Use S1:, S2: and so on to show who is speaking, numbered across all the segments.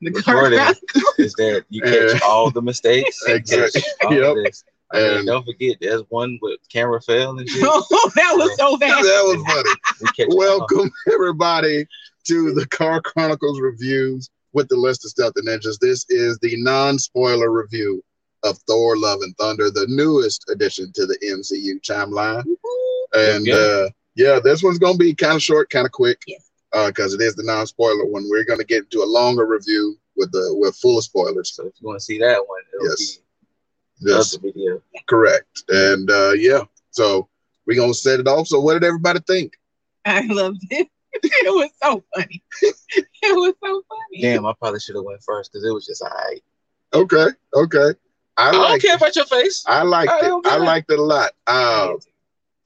S1: the
S2: recording
S1: car.
S2: Uh, is that you catch
S3: Yeah.
S2: all the mistakes. You catch
S3: Exactly.
S2: all
S3: Yep.
S2: this. I mean,
S3: And-
S2: don't forget, there's one with camera fail and shit.
S1: that was so
S3: that
S1: bad.
S3: was funny.
S2: We catch all of
S3: Welcome everybody to the Car Chronicles reviews with the list of stuff that ninjas. This is the non-spoiler review of Thor: Love and Thunder, the newest addition to the MCU timeline. And
S2: Yeah.
S3: uh, yeah, this one's gonna be kind of short, kind of quick,
S1: Yes.
S3: because it is the non-spoiler one. We're gonna get into a longer review with the with full
S2: it.
S3: spoilers.
S2: So if you want to see that one, it'll
S3: Yes.
S2: be
S3: Yes,
S2: the other video.
S3: correct. And uh, yeah, so we're gonna set it off. So, what did everybody think?
S1: I loved it. It was so funny. It was so funny.
S2: Damn, I probably should have went first because it was just all right.
S3: Okay, okay. I,
S2: I don't
S3: like. Uh,
S2: care about your face.
S3: I liked
S2: I
S3: it.
S2: don't
S3: I
S2: care.
S3: liked it a lot. Uh,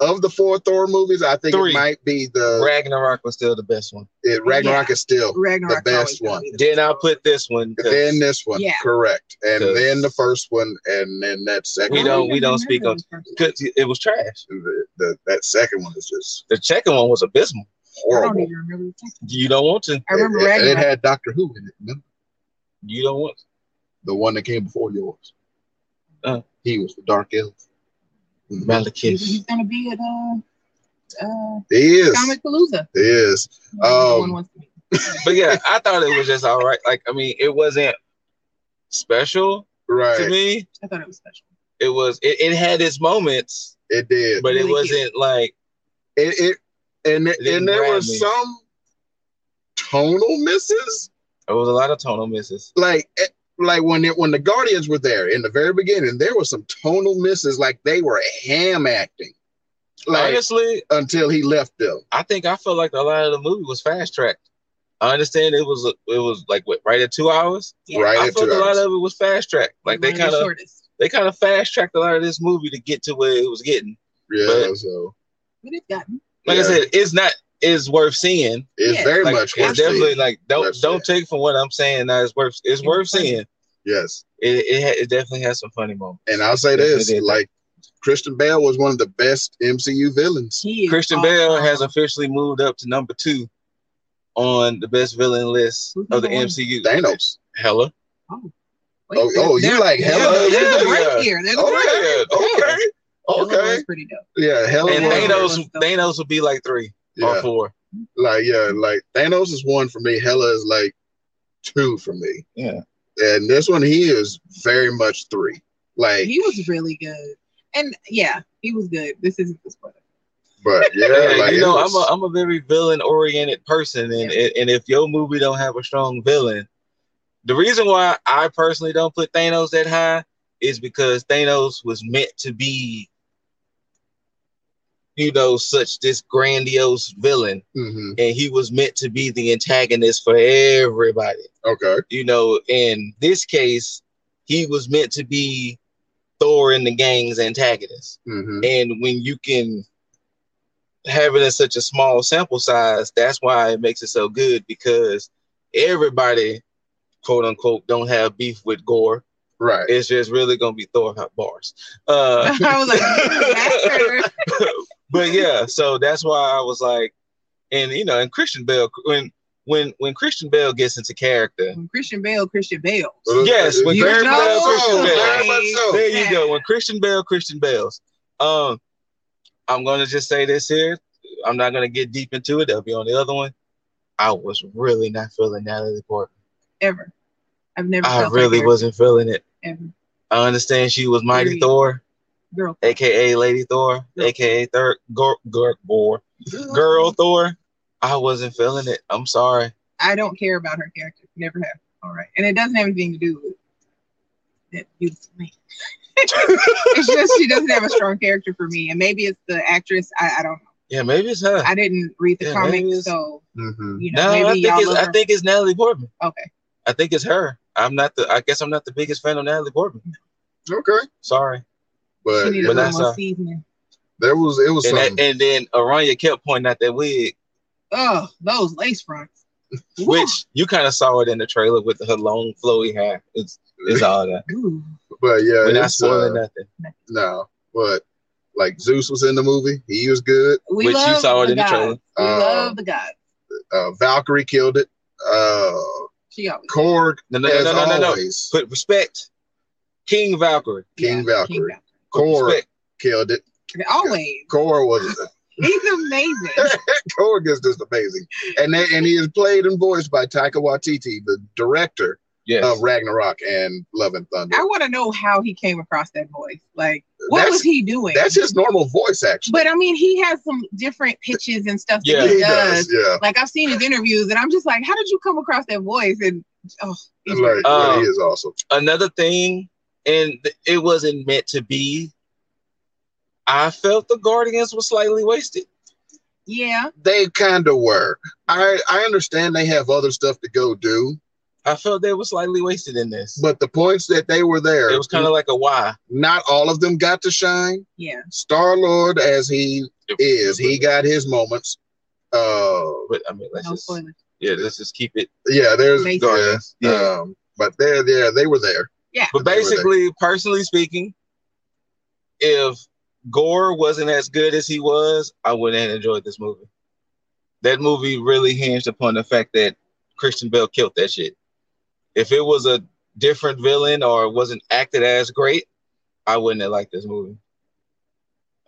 S3: of the four Thor movies, I think
S2: Three.
S3: it might be the
S2: Ragnarok was still the best one.
S3: it, Ragnarok is still.
S1: Ragnarok
S3: The
S1: always
S3: best
S1: gonna
S3: one.
S1: be the
S2: Then
S1: best
S2: I
S1: one.
S2: put this one. 'cause
S3: Then this one,
S1: Yeah.
S3: correct, and
S2: Because-
S3: then the first one, and then that second.
S2: We
S1: I
S3: one.
S2: don't- we
S1: even
S2: don't speak
S1: remember the first
S2: 'cause it was trash.
S3: The, the- that second one is just
S2: The second one was abysmal.
S1: one. I don't
S3: horrible.
S1: even remember the second
S2: You don't want to.
S1: one. I remember
S3: Oh. It- it- and it,
S1: Ragnarok.
S3: had Doctor Who in it, no?
S2: You don't want.
S3: the one that came before yours.
S2: Oh.
S3: He was the Dark Elf. Mhm.
S2: Mm-hmm.
S1: He's, he's
S2: Malekith.
S1: gonna be at uh uh
S3: He is.
S1: Comic Palooza.
S3: He is. Um,
S1: Everyone wants to meet him.
S2: but yeah, I thought it was just all right. Like I mean, it wasn't special to
S3: Right.
S2: me.
S1: I thought it was special.
S2: It was. It, it had its moments,
S3: It did.
S2: but it
S1: Really cute.
S2: wasn't like
S3: It, it and it,
S2: didn't
S3: and there
S2: grab
S3: were
S2: me.
S3: some tonal misses.
S2: it was a lot of tonal misses.
S3: like eh, like when it, when the Guardians were there in the very beginning, there were some tonal misses, like they were ham acting,
S2: Oh,
S3: like
S2: Honestly,
S3: until he left them.
S2: I think I felt like a lot of the movie was fast tracked. I understand it was it was like what right at two hours.
S1: Yeah.
S3: Right
S2: I
S3: at two
S2: felt a lot
S3: hours.
S2: of it was fast tracked. Like they
S1: One of
S2: kind
S1: the
S2: of
S1: shortest.
S2: they kind of fast tracked a lot of this movie to get to where it was getting.
S3: Yeah,
S2: But-
S3: so
S1: But it's gotten.
S2: Like I
S3: Yeah.
S2: said, it's not is worth seeing.
S3: it's
S1: Yeah.
S3: very
S2: Like,
S3: much
S2: it's
S3: worth
S2: definitely
S3: seeing.
S2: like don't
S3: Worth
S2: don't take from what I'm saying. Now it's worth it's
S1: It
S2: worth
S1: was funny.
S2: seeing.
S3: Yes,
S2: It, it ha- it definitely has some funny moments.
S3: and I'll say
S2: Yes, it
S3: this:
S2: did.
S3: like Christian Bale was one of the best MCU villains.
S1: He is
S3: um,
S2: Christian
S1: awesome.
S2: Bale has officially moved up to number two on the best villain list
S1: Who's
S2: of the
S1: number one?
S2: MCU.
S3: Thanos.
S2: Hella.
S1: Wait,
S3: Oh, oh, you
S1: there-
S3: like
S1: there's
S3: hella?
S1: a- there's a
S2: yeah.
S1: break here. There's a
S3: Oh,
S1: break.
S2: Okay, okay,
S1: Hella
S2: okay.
S1: was pretty dope.
S3: Yeah, hella.
S2: And
S1: Yeah.
S3: was-
S2: Thanos, Thanos would be like three or
S3: yeah,
S2: four.
S3: like yeah, like Thanos is one for me. Hella is like two for me,
S2: Yeah,
S3: and this one he is very much three. Like
S1: He was really good. And yeah, he was good. This isn't the spoiler.
S3: But yeah, like,
S2: you
S3: it
S2: know,
S3: was-
S2: I'm a I'm a very villain oriented person, and and if your movie don't have a strong villain, the reason why I personally don't put Thanos that high is because Thanos was meant to be, you know, such this grandiose villain,
S3: Mhm.
S2: and he was meant to be the antagonist for everybody.
S3: okay.
S2: you know, in this case, he was meant to be Thor and the gang's antagonist.
S3: hmm
S2: And when you can have it in such a small sample size, that's why it makes it so good because everybody, quote unquote, don't have beef with Gore.
S3: Right.
S2: It's just really gonna be Thor hot bars. Uh,
S1: I was like, master.
S2: but yeah, so that's why I was like, and you know, and Christian Bell when when when Christian Bell gets into character,
S1: When Christian Bale, Christian Bale.
S3: uh,
S2: Yes, with
S1: You
S2: very
S1: know,
S2: much Christian Bale.
S3: Very much so.
S2: There you go. When Christian Bell, Christian Bells. Um, I'm gonna just say this here. I'm not gonna get deep into it. That'll be on the other one. I was really not feeling Natalie Portman.
S1: Ever. I've never
S2: I
S1: felt
S2: really
S1: like her,
S2: wasn't feeling it.
S1: ever.
S2: I understand she was Mighty
S1: Agreed.
S2: Thor,
S1: Girl.
S2: aka Lady Thor,
S1: Yeah.
S2: aka Third Girl, Girl, Girl Thor. I wasn't feeling it. I'm sorry.
S1: I don't care about her character. Never have. All right. And it doesn't have anything to do with that beautiful man. it's just she doesn't have a strong character for me. And maybe it's the actress. I, I don't know.
S2: Yeah, maybe it's her.
S1: I didn't read the
S2: Yeah, maybe
S1: comics,
S2: it's-
S1: so
S3: hmm
S1: you know,
S2: no, I
S1: maybe
S2: think
S1: y'all
S2: it's
S1: love
S2: I
S1: her.
S2: think it's Natalie Portman.
S1: okay.
S2: I think it's her. I'm not the. I guess I'm not the biggest fan of Natalie Portman.
S3: Okay.
S2: Sorry.
S3: But
S1: she needed
S3: you
S1: a
S3: know,
S2: that's
S1: little more
S2: her.
S1: seasoning.
S3: there was it was
S2: And,
S3: something.
S2: that, and then Aranya kept pointing out that wig,
S1: Oh, those lace fronts.
S2: which you kind of saw it in the trailer with her long flowy hair. It's it's all that.
S1: Ooh.
S3: but yeah,
S2: We're not
S3: it's, uh,
S2: spoiling nothing.
S3: no. But like Zeus was in the movie. He was good.
S2: Which
S1: We
S2: you
S1: love
S2: saw it
S1: the
S2: in the
S1: gods.
S2: trailer.
S1: We
S3: Uh,
S1: love the gods.
S3: Uh, Valkyrie killed it. Uh,
S1: She always
S3: Korg,
S2: No, no, no,
S3: as
S2: no, no, no, no.
S3: always,
S2: Put respect. King Valkyrie.
S3: King Valkyrie.
S1: King
S2: Put
S3: Korg
S2: respect.
S3: killed it.
S1: Valkyrie. Always.
S3: Korg was
S1: He's amazing.
S3: Korg is just amazing, and that, and he is played and voiced by Taika Waititi, the director
S2: Yes.
S3: of Ragnarok and Love and Thunder.
S1: I want to know how he came across that voice. Like, what
S3: That's-
S1: was he doing?
S3: That's his normal voice, actually.
S1: but I mean, he has some different pitches and stuff that
S2: Yeah.
S1: he,
S3: he
S1: does.
S3: does, yeah.
S1: Like, I've seen his interviews, and I'm just like, how did you come across that voice? And oh, he's
S3: Like, yeah,
S2: Um,
S3: he is awesome.
S2: Another thing, and th- it wasn't meant to be. I felt the Guardians were slightly wasted.
S1: yeah,
S3: They kind of were. I I understand they have other stuff to go do,
S2: I felt they were slightly wasted in this.
S3: but the points that they were there,
S2: it was kind of like a why.
S3: not all of them got to shine.
S1: yeah.
S3: Star Lord, as he is, he got his moments. Uh,
S2: But I mean, let's
S1: No
S2: just
S1: spoilers.
S2: yeah, let's just keep it.
S3: yeah, there's
S1: Mason.
S3: Guardians.
S2: Yeah.
S3: Um, but they're there. They were there.
S2: But
S3: They were there.
S2: basically, personally speaking, if Gore wasn't as good as he was, I wouldn't have enjoyed this movie. That movie really hinged upon the fact that Christian Bell killed that shit. If it was a different villain or wasn't acted as great, I wouldn't have liked this movie.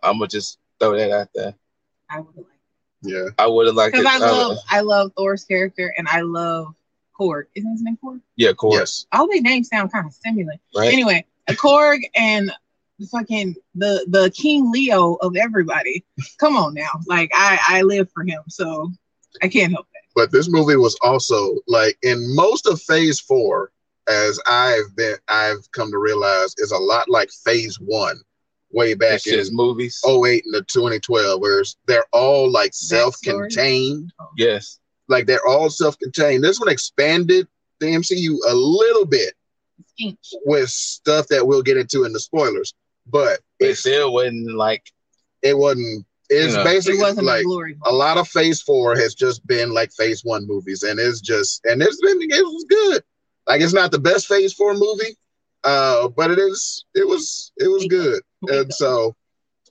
S2: I'm gonna just throw that out there.
S1: I would like
S3: Yeah.
S2: I would have liked
S1: because
S2: it. uh,
S1: I
S2: I would-
S1: love I love Thor's character, and I love Korg. Isn't his name Korg?
S2: yeah, Gore.
S3: Yes.
S1: All their names sound kind of similar.
S2: Right.
S1: Anyway, a Korg and the fucking the the King Leo of everybody. Come on now, like I I live for him, so I can't help that.
S3: But this movie was also like in most of Phase Four, as I've been, I've come to realize, is a lot like Phase One, way back
S2: It's just
S3: in
S2: movies.
S3: 08 and the 2012, where it's- they're all like self-contained.
S2: Yes.
S3: Like they're all self-contained. This one expanded the MCU a little bit
S1: Skinch.
S3: with stuff that we'll get into in the spoilers, but
S2: It
S3: it's,
S2: still wasn't like
S3: it wasn't. It's
S2: You know.
S3: basically
S1: It wasn't a
S3: like
S1: glory.
S3: a lot of phase four has just been like phase one movies and it's just and it's been it was good like it's not the best phase four movie uh but it is it was it was good and so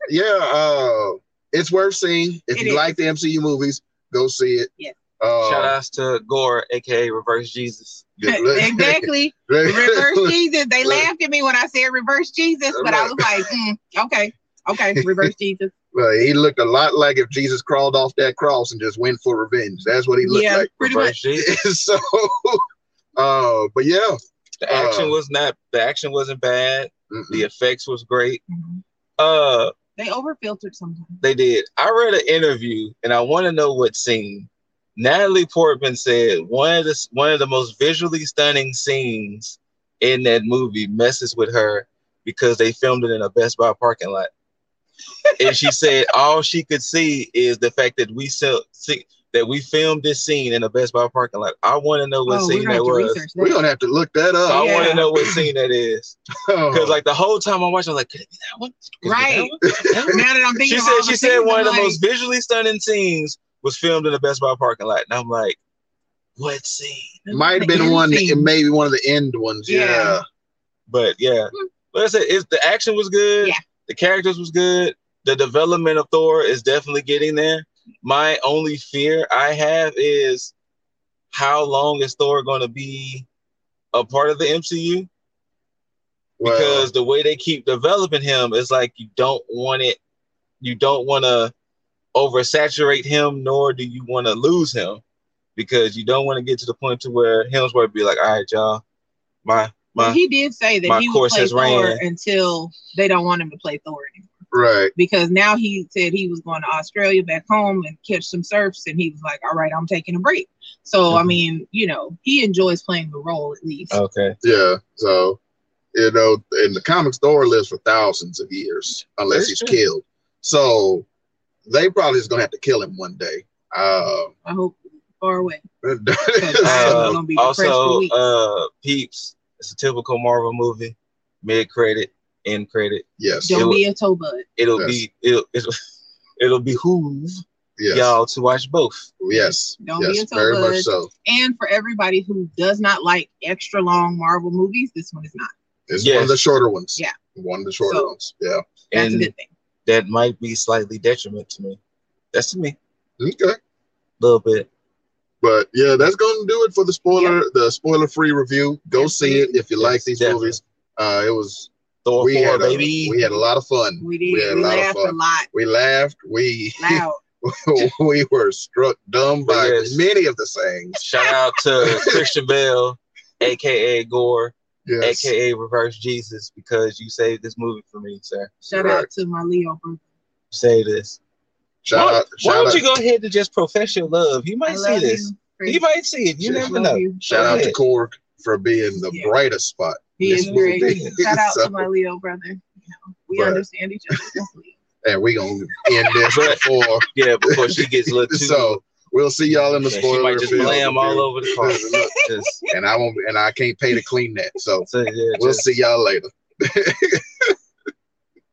S3: yeah uh it's worth seeing if
S1: It
S3: you
S1: is.
S3: like the mcu movies go see it
S1: Yeah.
S3: uh,
S2: shout outs to Gore, aka Reverse Jesus.
S1: exactly. Reverse Jesus. They laughed at me when I said reverse Jesus, but I was like, mm, okay, okay, reverse Jesus.
S3: Well, he looked a lot like if jesus crawled off that cross and just went for revenge that's what he looked
S1: Yeah,
S3: like
S1: pretty
S2: Reverse
S1: much.
S2: Jesus.
S3: so uh but yeah
S2: The action
S3: Uh.
S2: was not the action wasn't bad.
S3: Mhm.
S2: The effects was great.
S1: Mhm.
S2: Uh
S1: They overfiltered sometimes.
S2: they did. I read an interview and I want to know what scene. Natalie Portman said one of the one of the most visually stunning scenes in that movie messes with her because they filmed it in a Best Buy parking lot. and she said all she could see is the fact that we sell, see, that we filmed this scene in a Best Buy parking lot. I want to know what
S1: Oh, we're
S2: scene
S1: gonna have
S2: that
S1: to
S2: was.
S1: research
S3: we
S1: that.
S3: don't have to look that
S2: I
S3: up
S2: want
S1: Yeah.
S2: to know what scene that is because like the whole time I'm watching, I'm like, could it be that one? Could it be that
S1: Right.
S2: one? Could it be that one?
S1: Now that I'm thinking,
S2: she
S1: of
S2: said
S1: all
S2: she
S1: the
S2: said
S1: things,
S2: one
S1: I'm
S2: of the
S1: like,
S2: most visually stunning scenes was filmed in a Best Buy parking lot, and I'm like, what scene?
S3: Might have been
S1: End
S3: one,
S1: scene.
S3: it may be one of the end ones. Yeah.
S1: Yeah.
S2: But yeah, but I said it's the action was good.
S1: Hmm. Yeah.
S2: The characters was good. The development of Thor is definitely getting there. My only fear I have is how long is Thor going to be a part of the MCU?
S3: Well,
S2: because the way they keep developing him is like you don't want it you don't want to oversaturate him nor do you want to lose him because you don't want to get to the point to where Hemsworth be like all right y'all my
S1: Well,
S2: my
S1: he did say that
S2: my
S1: he would
S2: course
S1: play
S2: has
S1: Thor
S2: ran.
S1: until they don't want him to play Thor anymore.
S3: right.
S1: Because now he said he was going to Australia back home and catch some surfs, and he was like, "All right, I'm taking a break." So I
S2: Mhm.
S1: mean, you know, he enjoys playing the role at least.
S2: okay
S3: Yeah. So, you know, in the comics, Thor lives for thousands of years unless
S2: That's
S3: he's
S2: true.
S3: killed. So they probably is going to have to kill him one day. Uh,
S1: I hope far away.
S3: so,
S1: gonna be depressed for
S2: Uh, also
S1: weeks.
S2: uh peeps it's a typical Marvel movie mid credit end credit
S3: yes.
S1: Don't
S2: It
S1: be a toe bud.
S2: it'll
S3: Yes.
S2: be it'll it'll, it'll behoove
S3: Yes.
S2: y'all to watch both
S3: Yes.
S1: Don't be
S3: yes.
S1: a toe
S3: Very much
S1: bud.
S3: so.
S1: And for everybody who does not like extra long Marvel movies, this one is not.
S3: It's
S2: Yes.
S3: one of the shorter ones.
S1: Yeah.
S3: One of the shorter
S1: So-
S3: ones. Yeah.
S1: That's a
S2: and
S1: good thing.
S2: that might be slightly detriment to me that's to me
S3: Okay.
S2: little bit.
S3: But yeah, that's gonna do it for the spoiler, the spoiler free review. Go see it if you like these
S2: definitely.
S3: movies. Uh, it was
S2: Thor
S3: we
S2: four,
S3: had a,
S2: baby.
S3: we had a lot of fun.
S1: We did.
S3: We had a
S1: we
S3: lot of
S1: laughed a
S3: fun.
S1: lot.
S3: We laughed. We
S1: Loud.
S3: we were struck dumb by
S2: Yes.
S3: many of the sayings.
S2: Shout out to Christian Bell, aka Gore,
S3: Yes.
S2: aka Reverse Jesus, because you saved this movie for me, sir.
S1: Shout out
S3: Correct.
S1: to my Leo brother.
S2: Say this.
S3: Shout
S2: why
S3: out.
S2: why
S3: Shout
S2: don't
S3: out.
S2: you go ahead and just profess your love? He might
S1: I
S2: see
S1: love
S2: this.
S1: you, Chris.
S2: He might see it. You
S3: Shout
S2: never
S1: Love
S2: know.
S1: you.
S3: shout out to
S2: ahead.
S3: Cork for being the
S1: Yeah.
S3: brightest spot.
S1: He
S3: this
S1: is great.
S3: movie.
S1: Shout out
S3: So-
S1: to my Leo brother. You know, we
S3: Right.
S1: understand each other. completely.
S3: And we gonna end this
S2: But-
S3: before.
S2: Yeah, before she gets a little too.
S3: So we'll see y'all in the
S2: Yeah,
S3: spoiler.
S2: She might just
S3: field
S2: lay 'em all
S3: review.
S2: over the car. Just-
S3: and I won't. And I can't pay to clean that. So
S2: so, yeah,
S3: we'll
S2: just-
S3: see y'all later.